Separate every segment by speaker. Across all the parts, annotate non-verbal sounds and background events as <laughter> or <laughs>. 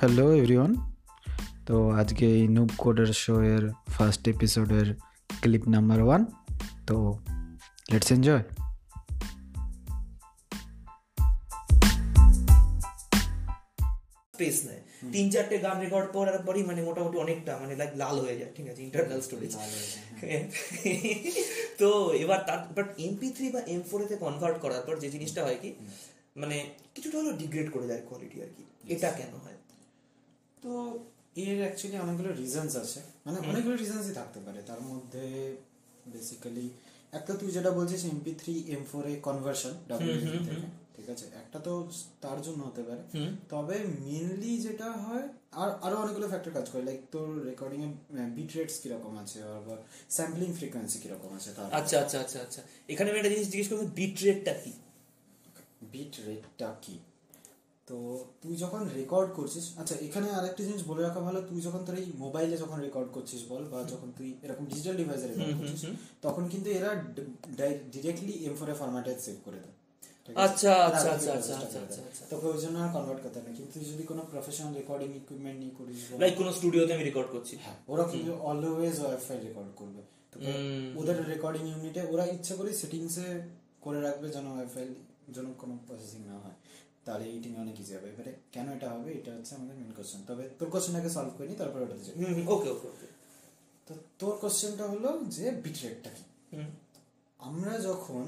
Speaker 1: Hello everyone তো तो আজকে এই নুব কোডের শো এর ফার্স্ট এপিসোডের ক্লিপ নাম্বার ওয়ান তো লেটস এনজয়
Speaker 2: স্পেস নেয় তিন চারটে গান রেকর্ড করার পরই মানে মোটামুটি অনেকটা মানে লাইক লাল হয়ে যায় ঠিক আছে ইন্টারনাল স্টোরেজ <laughs> তো এবার তার বাট এমপি থ্রি বা এম ফোর এতে কনভার্ট করার পর যে জিনিসটা হয় কি মানে কিছুটা হলেও ডিগ্রেড করে দেয় কোয়ালিটি আর কি এটা কেন হয়
Speaker 3: তো এর অ্যাকচুয়ালি অনেকগুলো রিজনস আছে মানে অনেকগুলো রিজনসই থাকতে পারে তার মধ্যে বেসিক্যালি একটা তুই যেটা বলছিস MP three M four A conversion ঠিক আছে একটা তো তার জন্য হতে পারে তবে মেনলি যেটা হয় আর আরো অনেকগুলো ফ্যাক্টর কাজ করে লাইক তোর রেকর্ডিং এ বিট রেটস কিরকম আছে আর স্যাম্পলিং ফ্রিকোয়েন্সি কিরকম আছে তার
Speaker 2: আচ্ছা আচ্ছা আচ্ছা আচ্ছা এখানে আমি একটা জিনিস জিজ্ঞেস করবো বিট রেটটা কি
Speaker 3: বিট রেটটা কি তো তুই যখন রেকর্ড করছিস আচ্ছা এখানে আরেকটা জিনিস বলে রাখা ভালো তুই যখন তোর এই মোবাইলে যখন রেকর্ড করছিস বল বা যখন তুই এরকম ডিজিটাল ডিভাইসে রেকর্ড করছিস তখন কিন্তু এরা ডিরেক্টলি এম ফোর এ ফরম্যাটে সেভ করে দেয় ঠিক আছে?
Speaker 2: আচ্ছা,
Speaker 3: আর
Speaker 2: আচ্ছা,
Speaker 3: আলাদা করে
Speaker 2: আচ্ছা, আচ্ছা,
Speaker 3: চেষ্টা
Speaker 2: আচ্ছা,
Speaker 3: করে দেয়।
Speaker 2: আচ্ছা,
Speaker 3: তোকে ওই জন্য আর কনভার্ট করতে হবে না কিন্তু তুই যদি কোনো প্রফেশনাল রেকর্ডিং ইকুইপমেন্ট নিয়ে করিস বল,
Speaker 2: লাইক কোনো স্টুডিওতে আমি রেকর্ড করছি
Speaker 3: হ্যাঁ ওরা কিন্তু অলওয়েজ ওয়াইফাই রেকর্ড করবে তোকে ওদের রেকর্ডিং ইউনিটে ওরা ইচ্ছে করে সেটিংসে করে রাখবে যেন ওয়াইফাই যেন কোনো প্রসেসিং না হয় তাহলে এইটিং অনেক ইজি হবে এবারে কেন এটা হবে এটা হচ্ছে আমাদের মেন কোশ্চেন তবে তোর কোশ্চেনটাকে সলভ করিনি তারপরে ওটাতে যাই
Speaker 2: ওকে ওকে ওকে
Speaker 3: তো তোর কোশ্চেনটা হলো যে বিট রেটটা কি আমরা যখন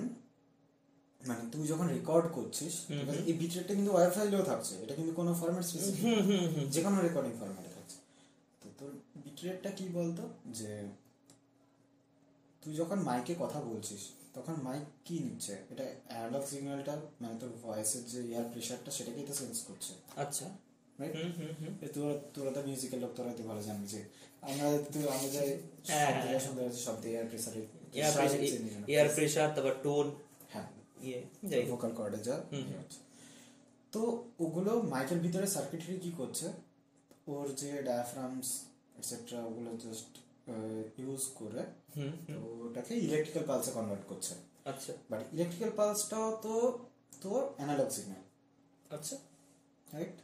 Speaker 3: মানে তুই যখন রেকর্ড করছিস ঠিক আছে, এই বিট রেটটা কিন্তু ওয়াইফাইলেও থাকছে এটা কিন্তু কোনো ফরম্যাট স্পেসিফিক যে কোনো রেকর্ডিং ফরম্যাটে থাকছে তো তোর বিট রেটটা কি বলতো যে তুই যখন মাইকে কথা বলছিস তখন মাইক কি নিচ্ছে এটা অ্যানালগ সিগন্যালটা মানে তোর ভয়েসের যে এয়ার প্রেশারটা সেটাকেই তো সেন্স করছে
Speaker 2: আচ্ছা
Speaker 3: রাইট
Speaker 2: হুম, হুম, হুম।
Speaker 3: এ তোরা তোরা তো মিউজিকের লোক তোরা তো ভালো জানবি যে আমরা তো আমরা যাই
Speaker 2: হ্যাঁ,
Speaker 3: শব্দ
Speaker 2: হ্যাঁ।
Speaker 3: শুনতে পাচ্ছি শব্দ এয়ার প্রেসারে
Speaker 2: এয়ার প্রেশার তারপর টোন
Speaker 3: হ্যাঁ
Speaker 2: ইয়ে যাই হোক
Speaker 3: ভোকাল কর্ডে যা ইয়ে হচ্ছে। তো ওগুলো মাইকের ভিতরে সার্কিটরি কি করছে ওর যে ডায়াফ্রামস এটসেট্রা ওগুলো জাস্ট ইউজ করে
Speaker 2: হুম,
Speaker 3: তো ওটাকে ইলেকট্রিক্যাল পালসে কনভার্ট করছে
Speaker 2: আচ্ছা
Speaker 3: বাট ইলেকট্রিক্যাল পালসটাও তো তো অ্যানালগ সিগন্যাল
Speaker 2: আচ্ছা
Speaker 3: রাইট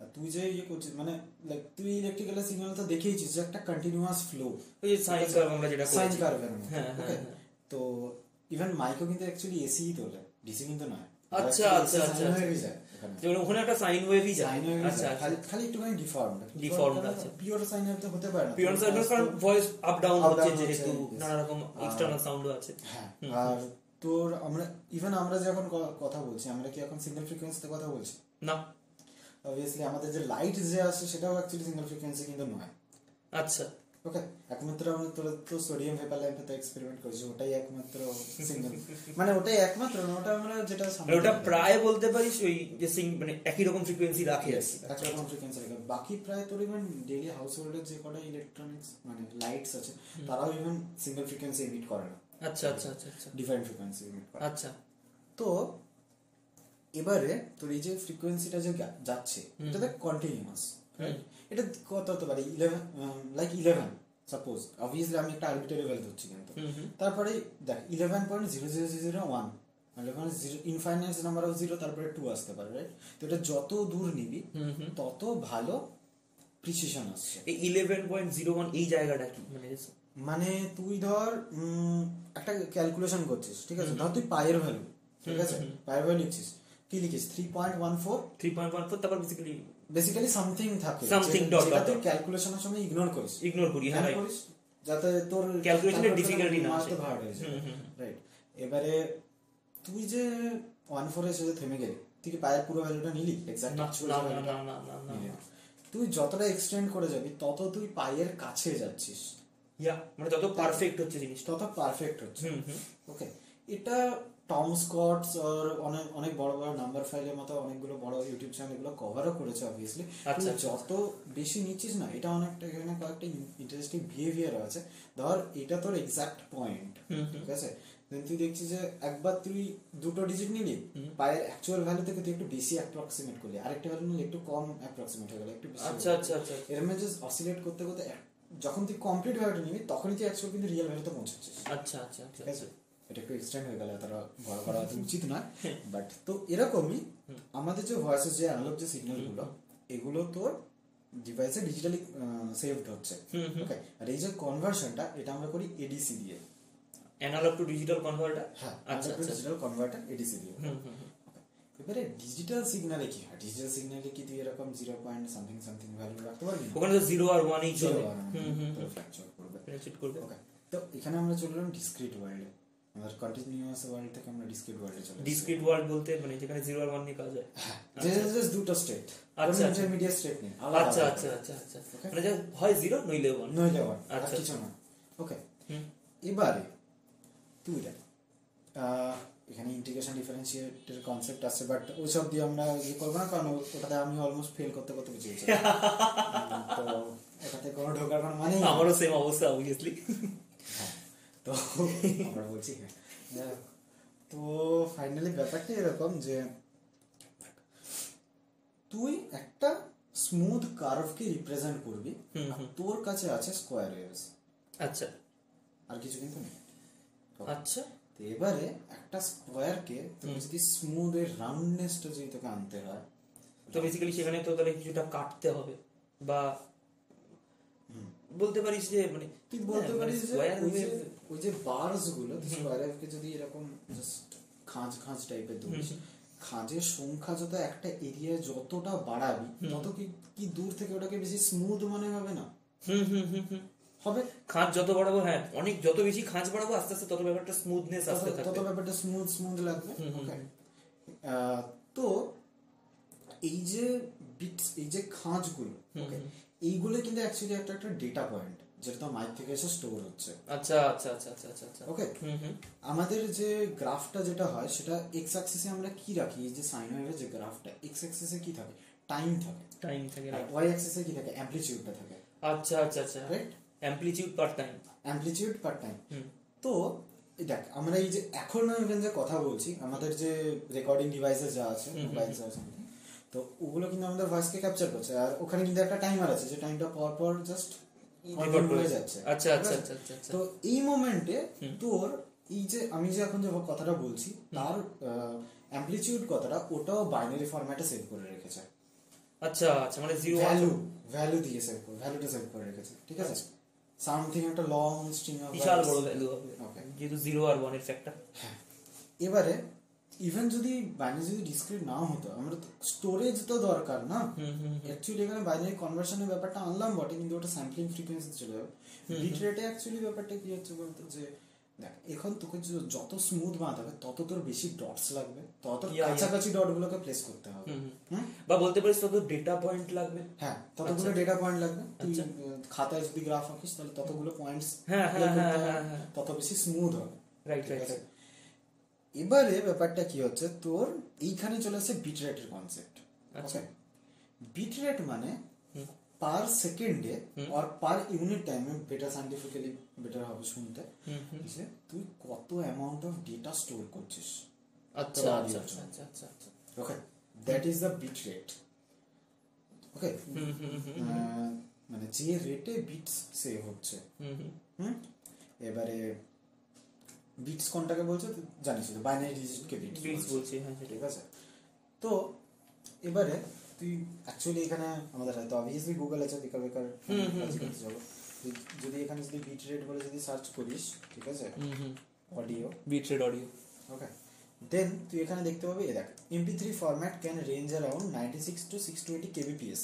Speaker 3: আর তুই যে ইয়ে করছিস মানে লাইক তুই ইলেকট্রিক্যাল সিগন্যাল তো দেখেইছিস যে একটা কন্টিনিউয়াস ফ্লো
Speaker 2: ওই যে
Speaker 3: আচ্ছা।
Speaker 2: সাইন কার্ভ আমরা যেটা
Speaker 3: সাইন
Speaker 2: করেছি
Speaker 3: কার্ভের মতো
Speaker 2: হ্যাঁ, হ্যাঁ,
Speaker 3: okay?
Speaker 2: হ্যাঁ।
Speaker 3: তো ইভেন মাইকও কিন্তু অ্যাকচুয়ালি এসি তোলে ডিসি কিন্তু নয়
Speaker 2: আচ্ছা, আচ্ছা, আচ্ছা,
Speaker 3: হয়ে যায় ওখানে
Speaker 2: যেমন ওখানে একটা সাইন ওয়েভই যায়
Speaker 3: সাইন হয়ে
Speaker 2: আচ্ছা
Speaker 3: যায় খালি- খালি একটুখানি ডিফর্মড
Speaker 2: Deformed আছে।
Speaker 3: পিওর সাইন তো হতে পারে না
Speaker 2: পিওর সার্ভিস কারণ
Speaker 3: তো-
Speaker 2: ভয়েস আপ ডাউন
Speaker 3: Up
Speaker 2: হচ্ছে
Speaker 3: down হচ্ছে,
Speaker 2: যেহেতু
Speaker 3: yes.
Speaker 2: নানা রকম
Speaker 3: আর-
Speaker 2: এক্সটার্নাল সাউন্ডও আছে
Speaker 3: হ্যাঁ আর তোর আমরা ইভেন আমরা যে এখন ক- কথা বলছি আমরা কি এখন সিঙ্গেল ফ্রিকোয়েন্সিতে কথা বলছি
Speaker 2: না
Speaker 3: অবভিয়াসলি আমাদের যে লাইট যে আসে সেটাও অ্যাকচুয়ালি সিঙ্গেল ফ্রিকোয়েন্সি কিন্তু নয়
Speaker 2: আচ্ছা
Speaker 3: ওকে একমাত্র আমরা তোরা তো সোডিয়াম ভেপার ল্যাম্পে এক্সপেরিমেন্ট করেছি ওটাই একমাত্র সিঙ্গেল
Speaker 2: <laughs>
Speaker 3: মানে ওটাই একমাত্র না ওটা আমরা যেটা
Speaker 2: মানে ওটা প্রায় বলতে পারিস ওই যে সিং মানে একই রকম ফ্রিকোয়েন্সি রাখে আর কি।
Speaker 3: একরকম ফ্রিকোয়েন্সি রেখে বাকি প্রায় তোর ইভেন ডেইলি হাউস হোল্ডের যে কটা ইলেকট্রনিক্স মানে লাইটস আছে তারাও ইভেন সিঙ্গেল ফ্রিকোয়েন্সি এমিট করে না
Speaker 2: আচ্ছা আচ্ছা আচ্ছা আচ্ছা
Speaker 3: ডিফারেন্ট ফ্রিকোয়েন্সি এমিট করে
Speaker 2: আচ্ছা
Speaker 3: তো এবারে তোর এই যে ফ্রিকোয়েন্সিটা যে গা- যাচ্ছে এটা দেখ কন্টিনিউয়াস এটা কত হতে পারে eleven like eleven suppose obviously আমি একটা আরবিটারি ভ্যালু ধরছি কিন্তু তারপরে দেখ eleven point zero zero zero one eleven zero infinite number of zero তারপরে টু আসতে পারে রাইট তো এটা যত দূর নিবি তত ভালো প্রিসিশন আসছে
Speaker 2: এই ইলেভেন পয়েন্ট জিরো ওয়ান এই জায়গাটা কি মানে
Speaker 3: মানে তুই ধর উম, একটা ক্যালকুলেশন করছিস ঠিক আছে ধর তুই পায়ের ভ্যালু ঠিক আছে পায়ের ভ্যালু লিখছিস কি লিখিস three point one four
Speaker 2: three point one four তারপর বেসিক্যালি
Speaker 3: বেসিক্যালি সামথিং থাকে
Speaker 2: Something
Speaker 3: যেটা-
Speaker 2: dot dot
Speaker 3: যেটা তুই
Speaker 2: dot.
Speaker 3: ক্যালকুলেশনের সময় ইগনোর করিস
Speaker 2: ইগনোর করি হ্যাঁ
Speaker 3: Ignore
Speaker 2: right.
Speaker 3: করিস যাতে তোর
Speaker 2: Calculation এ
Speaker 3: তারপর তোর
Speaker 2: difficulty না
Speaker 3: মারতে
Speaker 2: আসে।
Speaker 3: ভার হয়ে যায় রাইট এবারে তুই যে ওয়ান ফোর এসে যে থেমে গেলি তুই কি পায়ের পুরো ভ্যালুটা নিলি এক্সাক্ট
Speaker 2: না না না না না না না
Speaker 3: তুই যতটা এক্সটেন্ড করে যাবি তত তুই পায়ের কাছে যাচ্ছিস
Speaker 2: ইয়া মানে তত পারফেক্ট হচ্ছে জিনিসটা
Speaker 3: তত পারফেক্ট হচ্ছে
Speaker 2: হুম হুম
Speaker 3: ওকে এটা টম স্কটস আর অনেক অনেক বড় বড় নাম্বার ফাইলের মতো অনেকগুলো বড় ইউটিউব চ্যানেলগুলো কভারও করেছে অবভিয়াসলি
Speaker 2: আচ্ছা, আচ্ছা।
Speaker 3: যত বেশি নিচ্ছিস না এটা অনেকটা এখানে কয়েকটা ইন্টারেস্টিং বিহেভিয়ার আছে ধর এটা তোর এক্সাক্ট পয়েন্ট ঠিক আছে Then তুই দেখছিস যে একবার তুই দুটো ডিজিট নিলি পায়ের অ্যাকচুয়াল ভ্যালু থেকে তুই একটু বেশি অ্যাপ্রক্সিমেট করলি আরেকটা ভ্যালু নিলে একটু কম অ্যাপ্রক্সিমেট হয়ে গেল একটু বেশি
Speaker 2: আচ্ছা আচ্ছা আচ্ছা
Speaker 3: এরম জাস্ট অসিলেট করতে করতে এক- যখন তুই কমপ্লিট ভ্যালুটা নিবি তখনই তুই অ্যাকচুয়াল কিন্তু রিয়েল ভ্যালুতে পৌঁছাচ্ছিস
Speaker 2: আচ্ছা আচ্ছা আচ্ছা
Speaker 3: ঠিক আছে এটা একটু এক্সটেন্ড হয়ে গেল তারা বড়
Speaker 2: <laughs>
Speaker 3: করা হয়তো উচিত না বাট তো এরকমই আমাদের যে ভয়েসের যে অ্যানালগ যে সিগন্যালগুলো এগুলো তোর ডিভাইসে ডিজিটালি সেভড হচ্ছে ওকে আর এই যে কনভার্সনটা এটা আমরা করি এডিসি দিয়ে
Speaker 2: অ্যানালগ টু ডিজিটাল কনভার্টার
Speaker 3: হ্যাঁ
Speaker 2: আচ্ছা আচ্ছা
Speaker 3: ডিজিটাল কনভার্টার এডিসি দিয়ে
Speaker 2: হুম, হুম, হুম।
Speaker 3: এবারে ডিজিটাল সিগনালে কি হ্যাঁ, হয় ডিজিটাল সিগনালে কি তুই এরকম zero point something something value রাখতে পারবি না
Speaker 2: ওখানে তো জিরো আর ওয়ান এই চলে
Speaker 3: Zero আর
Speaker 2: হুম হুম
Speaker 3: তোর fracture করবে
Speaker 2: Penetrate করবে
Speaker 3: ওকে তো এখানে আমরা চলে এলাম ডিসক্রিট ওয়ার্ল্ডে আমাদের কন্টিনিউয়াস ওয়ার্ল্ড থেকে আমরা ডিসক্রিট ওয়ার্ল্ডে চলে এসেছি।
Speaker 2: ডিসক্রিট ওয়ার্ল্ড বলতে মানে যেখানে জিরো আর ওয়ান নিয়ে কাজ হয়
Speaker 3: জাস্ট জাস্ট দুটো স্টেট
Speaker 2: আচ্ছা, আচ্ছা।
Speaker 3: ইন্টারমিডিয়েট স্টেট নেই
Speaker 2: আচ্ছা আচ্ছা আচ্ছা আচ্ছা
Speaker 3: Okay.
Speaker 2: মানে যা হয় জিরো নইলে ওয়ান
Speaker 3: নয় যাওয়ার আর
Speaker 2: আচ্ছা,
Speaker 3: কিছু না ওকে
Speaker 2: হুম।
Speaker 3: এবারে তুই দেখ আহ, এখানে ইন্টিগ্রেশন ডিফারেন্সিয়েটের কনসেপ্ট আছে বাট ওইসব দিয়ে আমরা ইয়ে করবো না কারণ ও- ওটাতে আমি অলমোস্ট ফেল করতে করতে বুঝে
Speaker 2: <laughs>
Speaker 3: গেছি উম, তো ওটাতে কোনো ঢোকার কোনো মানেই নেই।
Speaker 2: আমারও সেম অবস্থা অবভিয়াসলি
Speaker 3: তো আমরা বলছি হ্যাঁ। যাই হোক, তো ফাইনালি ব্যাপারটা এরকম যে তুই একটা স্মুথ কার্ভকে রিপ্রেজেন্ট করবি
Speaker 2: হুম,
Speaker 3: আর তোর কাছে আছে স্কোয়ার ওয়েভস
Speaker 2: আচ্ছা
Speaker 3: আর কিছু কিন্তু নেই
Speaker 2: আচ্ছা
Speaker 3: তো এবারে একটা স্কোয়ারকে তুমি যদি স্মুথ এর রাউন্ডনেসটা যদি তোকে আনতে হয়
Speaker 2: তো বেসিক্যালি সেখানে তো তাহলে কিছুটা কাটতে হবে বা বলতে পারিস যে মানে
Speaker 3: তুই বলতে
Speaker 2: হ্যাঁ, মানে
Speaker 3: পারিস যে
Speaker 2: square
Speaker 3: ওই যে
Speaker 2: wave-
Speaker 3: ওই যে বার্স গুলো স্কোয়ার ওয়েভকে যদি এরকম জাস্ট খাঁজ খাঁজ টাইপের ধরিস খাঁজের সংখ্যা যত একটা এরিয়া যতটা বাড়াবি তত কি কি দূর থেকে ওটাকে বেশি স্মুথ মনে হবে না
Speaker 2: হুম হুম হুম হুম
Speaker 3: হবে
Speaker 2: খাঁজ যত বাড়াবো হ্যাঁ অনেক যত বেশি খাঁজ বাড়াবো আস্তে আস্তে তত ব্যাপারটা স্মুথনেস আসতে
Speaker 3: তত- তত
Speaker 2: থাকবে
Speaker 3: ব্যাপারটা স্মুথ স্মুথ লাগবে Okay. আহ, তো এই যে বিটস এই যে খাঁজগুলো ওকে এইগুলো কিন্তু অ্যাকচুয়ালি একটা একটা ডেটা পয়েন্ট যেটা তো মাইক থেকে এসে স্টোর হচ্ছে
Speaker 2: আচ্ছা আচ্ছা আচ্ছা আচ্ছা আচ্ছা আচ্ছা
Speaker 3: ওকে
Speaker 2: হুম হুম
Speaker 3: আমাদের যে গ্রাফটা যেটা হয় সেটা এক্স অ্যাক্সিসে আমরা কি রাখি এই যে সাইন ওয়েভের যে গ্রাফটা এক্স অ্যাক্সিসে কি থাকে টাইম থাকে
Speaker 2: টাইম থাকে
Speaker 3: আর
Speaker 2: right?
Speaker 3: ওয়াই অ্যাক্সিসে কি থাকে অ্যামপ্লিচিউডটা থাকে
Speaker 2: আচ্ছা আচ্ছা আচ্ছা
Speaker 3: right
Speaker 2: amplitude per time
Speaker 3: amplitude per time
Speaker 2: হুম
Speaker 3: তো এই দেখ আমরা এই যে এখন আমরা যে কথা বলছি আমাদের যে রেকর্ডিং ডিভাইসেস যা আছে মোবাইল যা আছে আমাদের, তো ওগুলো কিন্তু আমাদের ভয়েসকে ক্যাপচার করছে আর ওখানে কিন্তু একটা টাইমার আছে যে টাইমটা পর পর জাস্ট
Speaker 2: Record করে
Speaker 3: হয়ে
Speaker 2: যাচ্ছে।
Speaker 3: যাচ্ছে
Speaker 2: আচ্ছা
Speaker 3: ঠিক
Speaker 2: আচ্ছা
Speaker 3: আছে?
Speaker 2: আচ্ছা আচ্ছা আচ্ছা
Speaker 3: তো এই মোমেন্টে তোর এই যে আমি যে এখন যে কথাটা বলছি তার অ্যামপ্লিচিউড কথাটা ওটাও বাইনারি ফরম্যাটে সেভ করে রেখেছে
Speaker 2: আচ্ছা আচ্ছা মানে জিরো
Speaker 3: ভ্যালু ভ্যালু দিয়ে সেভ করে ভ্যালুটা সেভ করে রেখেছে ঠিক আছে সামথিং একটা লং স্ট্রিং অফ
Speaker 2: বিশাল বড় ভ্যালু হবে
Speaker 3: Okay.
Speaker 2: যেহেতু জিরো আর ওয়ান এর ফ্যাক্টর
Speaker 3: হ্যাঁ। এবারে ইভেন যদি বাইনারি যদি ডিসক্রিট না হতো আমরা স্টোরেজ তো দরকার না অ্যাকচুয়ালি এখানে বাইনারি কনভার্সনের ব্যাপারটা আনলাম বটে কিন্তু ওটা স্যাম্পলিং ফ্রিকোয়েন্সি চলে যাবে বিট রেটে অ্যাকচুয়ালি ব্যাপারটা কি হচ্ছে বলতো যে দেখ এখন তোকে য- যত স্মুথ বানাতে হবে তত তোর বেশি ডটস লাগবে তত তোর
Speaker 2: Yeah, yeah.
Speaker 3: কাছাকাছি ডটগুলোকে প্লেস করতে হবে হুম?
Speaker 2: বা বলতে পারিস তত ডেটা পয়েন্ট লাগবে
Speaker 3: হ্যাঁ ততগুলো
Speaker 2: আচ্ছা।
Speaker 3: ডেটা পয়েন্ট লাগবে তুই আহ, খাতায় যদি গ্রাফ আঁকিস তাহলে ততগুলো পয়েন্টস
Speaker 2: হ্যাঁ, হ্যাঁ, হ্যাঁ, হ্যাঁ, হ্যাঁ।
Speaker 3: তত বেশি স্মুথ হবে
Speaker 2: রাইট
Speaker 3: ঠিক
Speaker 2: রাইট
Speaker 3: আছে? এবারে ব্যাপারটা কি হচ্ছে তোর এইখানে চলে আসছে বিট রেটের কনসেপ্ট
Speaker 2: আচ্ছা।
Speaker 3: বিট রেট মানে পার সেকেন্ডে আর পার ইউনিট টাইমে বেটার সাইন্টিফিক্যালি বেটার হবে শুনতে যে তুই কত অ্যামাউন্ট অফ ডেটা স্টোর করছিস
Speaker 2: আচ্ছা
Speaker 3: তোলা দিয়ে
Speaker 2: আচ্ছা আচ্ছা
Speaker 3: আছে।
Speaker 2: আচ্ছা আচ্ছা আচ্ছা
Speaker 3: okay that is the bit rate okay মানে যে রেটে বিট সেভ হচ্ছে
Speaker 2: হুম হুম
Speaker 3: হুম? এবারে বিটস কোনটাকে বলছে তুই জানিস তো বাইনারি ডিজিটকে বিট
Speaker 2: Beats বলছি হ্যাঁ সেটাই
Speaker 3: ঠিক আছে তো এবারে তুই অ্যাকচুয়ালি এখানে আমাদের হয়তো অবভিয়াসলি গুগল আছে বেকার বেকার কাজ করতে যাবো তুই যদি এখানে যদি বিট রেট বলে যদি সার্চ করিস ঠিক আছে
Speaker 2: হুম হুম
Speaker 3: audio
Speaker 2: bit rate audio
Speaker 3: okay then তুই এখানে দেখতে পাবি এ দেখ MP three format can range around ninety six to six two eighty kbps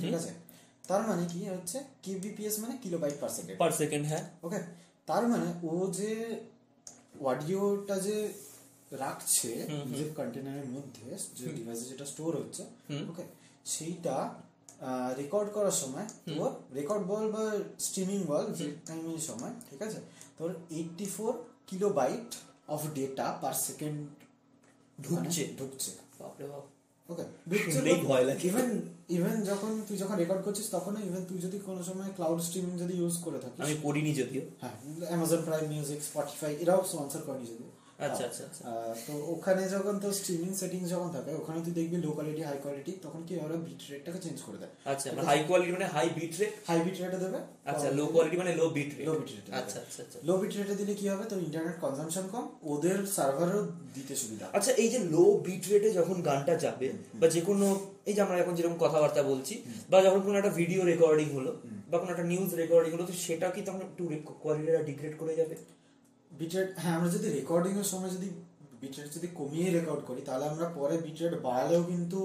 Speaker 3: ঠিক আছে তার মানে কি হচ্ছে কেবিপিএস মানে kilobyte per second
Speaker 2: per second হ্যাঁ
Speaker 3: ওকে তার মানে ও যে অডিওটা যে রাখছে যে কন্টেনারের মধ্যে যে ডিভাইসে যেটা স্টোর হচ্ছে ওকে সেইটা রেকর্ড করার সময় তোর রেকর্ড বল বা স্ট্রিমিং বল যে টাইমের সময় ঠিক আছে তোর eighty four kilobyte of data per second
Speaker 2: ঢুকছে।
Speaker 3: মানে ঢুকছে
Speaker 2: বাপরে বাপ
Speaker 3: ওকে
Speaker 2: শুনলেই ভয় লাগে।
Speaker 3: ইভেন ইভেন যখন তুই যখন রেকর্ড করছিস তখন ইভেন তুই যদি কোনো সময় ক্লাউড স্ট্রিমিং যদি ইউজ করে থাকিস
Speaker 2: আমি করিনি যদিও
Speaker 3: হ্যাঁ অ্যামাজন প্রাইম মিউজিক স্পটিফাই এরাও স্পন্সর করেনি যদি
Speaker 2: আচ্ছা আচ্ছা আচ্ছা
Speaker 3: আহ, তো ওখানে যখন তো স্ট্রিমিং সেটিং যখন থাকে ওখানে তুই দেখবি লো কোয়ালিটি হাই কোয়ালিটি তখন কি ওরা বিট রেটটাকে চেঞ্জ করে দেয়
Speaker 2: আচ্ছা মানে হাই কোয়ালিটি মানে high bit rate
Speaker 3: high bit রেটে দেবে
Speaker 2: আচ্ছা লো কোয়ালিটি মানে low bit rate
Speaker 3: low bit রেটে
Speaker 2: আচ্ছা আচ্ছা আচ্ছা
Speaker 3: লো বিট রেটে দিলে কি হবে তোর ইন্টারনেট কনজাম্পশন কম ওদের সার্ভারও দিতে সুবিধা
Speaker 2: আচ্ছা এই যে লো বিট রেটে যখন গানটা যাবে বা যে কোনো এই যে আমরা এখন যেরকম কথাবার্তা বলছি বা যখন কোনো একটা ভিডিও রেকর্ডিং হলো বা কোনো একটা নিউজ রেকর্ডিং হলো তো সেটা কি তখন একটু কোয়ালিটিটা ডিগ্রেড করে যাবে
Speaker 3: বিট রেট হ্যাঁ আমরা যদি রেকর্ডিং এর সময় যদি বিট রেট যদি কমিয়ে রেকর্ড করি তাহলে আমরা পরে বিট রেট বাড়ালেও কিন্তু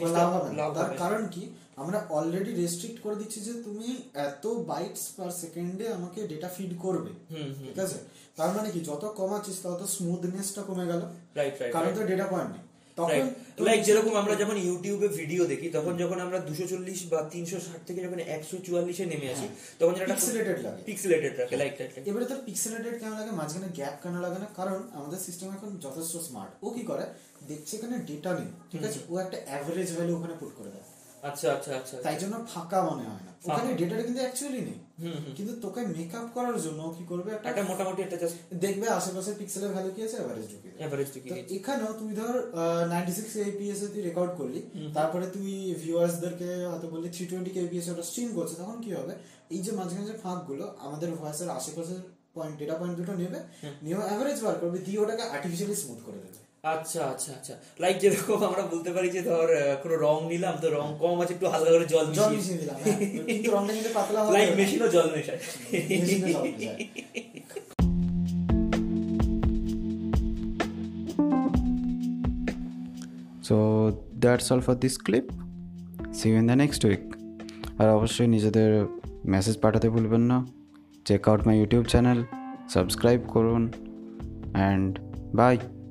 Speaker 3: কোনো লাভ হবে না
Speaker 2: লাভ হবে
Speaker 3: তার
Speaker 2: না।
Speaker 3: কারণ কি আমরা অলরেডি রেস্ট্রিক্ট করে দিচ্ছি যে তুমি এত বাইটস পার সেকেন্ডে আমাকে ডেটা ফিড করবে
Speaker 2: হুম,
Speaker 3: ঠিক আছে তার মানে কি যত কমাচ্ছিস তত স্মুথনেসটা কমে গেল
Speaker 2: রাইট রাইট
Speaker 3: কারণ তো ডেটা পয়েন্ট নেই তখন তুমি-
Speaker 2: লাইক যেরকম আমরা যখন ইউটিউবে ভিডিও দেখি তখন যখন আমরা দুশো চল্লিশ বা তিনশো ষাট থেকে যখন একশো চুয়াল্লিশে নেমে আসি তখন যেটা
Speaker 3: হ্যাঁ। Pixelated লাগে।
Speaker 2: পিক্সেলেটেড রাখে লাইক রাইট
Speaker 3: এবারে তার পিক্সেলেটেড কেন লাগে মাঝখানে গ্যাপ কেন লাগে না কারণ আমাদের সিস্টেম এখন যথেষ্ট স্মার্ট ও কি করে দেখছে এখানে ডেটা নেই ঠিক আছে ও একটা অ্যাভারেজ ভ্যালু ওখানে পুট করে দেয়
Speaker 2: আচ্ছা আচ্ছা আচ্ছা
Speaker 3: তাই জন্য ফাঁকা মনে হয় না ওখানে ডেটাটা কিন্তু অ্যাকচুয়ালি নেই
Speaker 2: হুম,
Speaker 3: কিন্তু তোকে মেকআপ করার জন্য ও কি করবে একটা
Speaker 2: একটা মোটামুটি একটা জাস্ট
Speaker 3: দেখবে আশেপাশে পিক্সেলের ভ্যালু কি আছে অ্যাভারেজ ঢুকে দেয়।
Speaker 2: অ্যাভারেজ কি
Speaker 3: তো এখানেও তুমি ধর নাইনটি সিক্স কেপিএস এ তুই রেকর্ড করলি তারপরে তুই ভিউয়ার্সদেরকে হয়তো বললি থ্রি টোয়েন্টি কেপিএস ওটা স্ট্রিম করছে তখন কি হবে এই যে মাঝখানে যে ফাঁকগুলো আমাদের ভয়েসের আশেপাশের পয়েন্ট ডেটা পয়েন্ট দুটো নেবে নিয়ে অ্যাভারেজ বার করবে দিয়ে ওটাকে আর্টিফিশিয়ালি স্মুথ করে দেবে
Speaker 2: আচ্ছা আচ্ছা আচ্ছা লাইক যেরকম আমরা বলতে পারি যে ধর আহ, কোনো রং নিলাম তো রং কম আছে একটু হালকা করে জল
Speaker 3: জল
Speaker 2: মিশিয়ে
Speaker 3: মিশিয়ে দিলাম হ্যাঁ। কিন্তু রংটা কিন্তু পাতলা হবে
Speaker 2: লাইক
Speaker 3: না।
Speaker 2: মেশিনও জল মেশায়
Speaker 3: মেশিনে জল মেশায়।
Speaker 1: So that's all for this clip. See you in the next week. আর অবশ্যই নিজেদের মেসেজ পাঠাতে ভুলবেন না check out my YouTube channel subscribe করুন অ্যান্ড বাই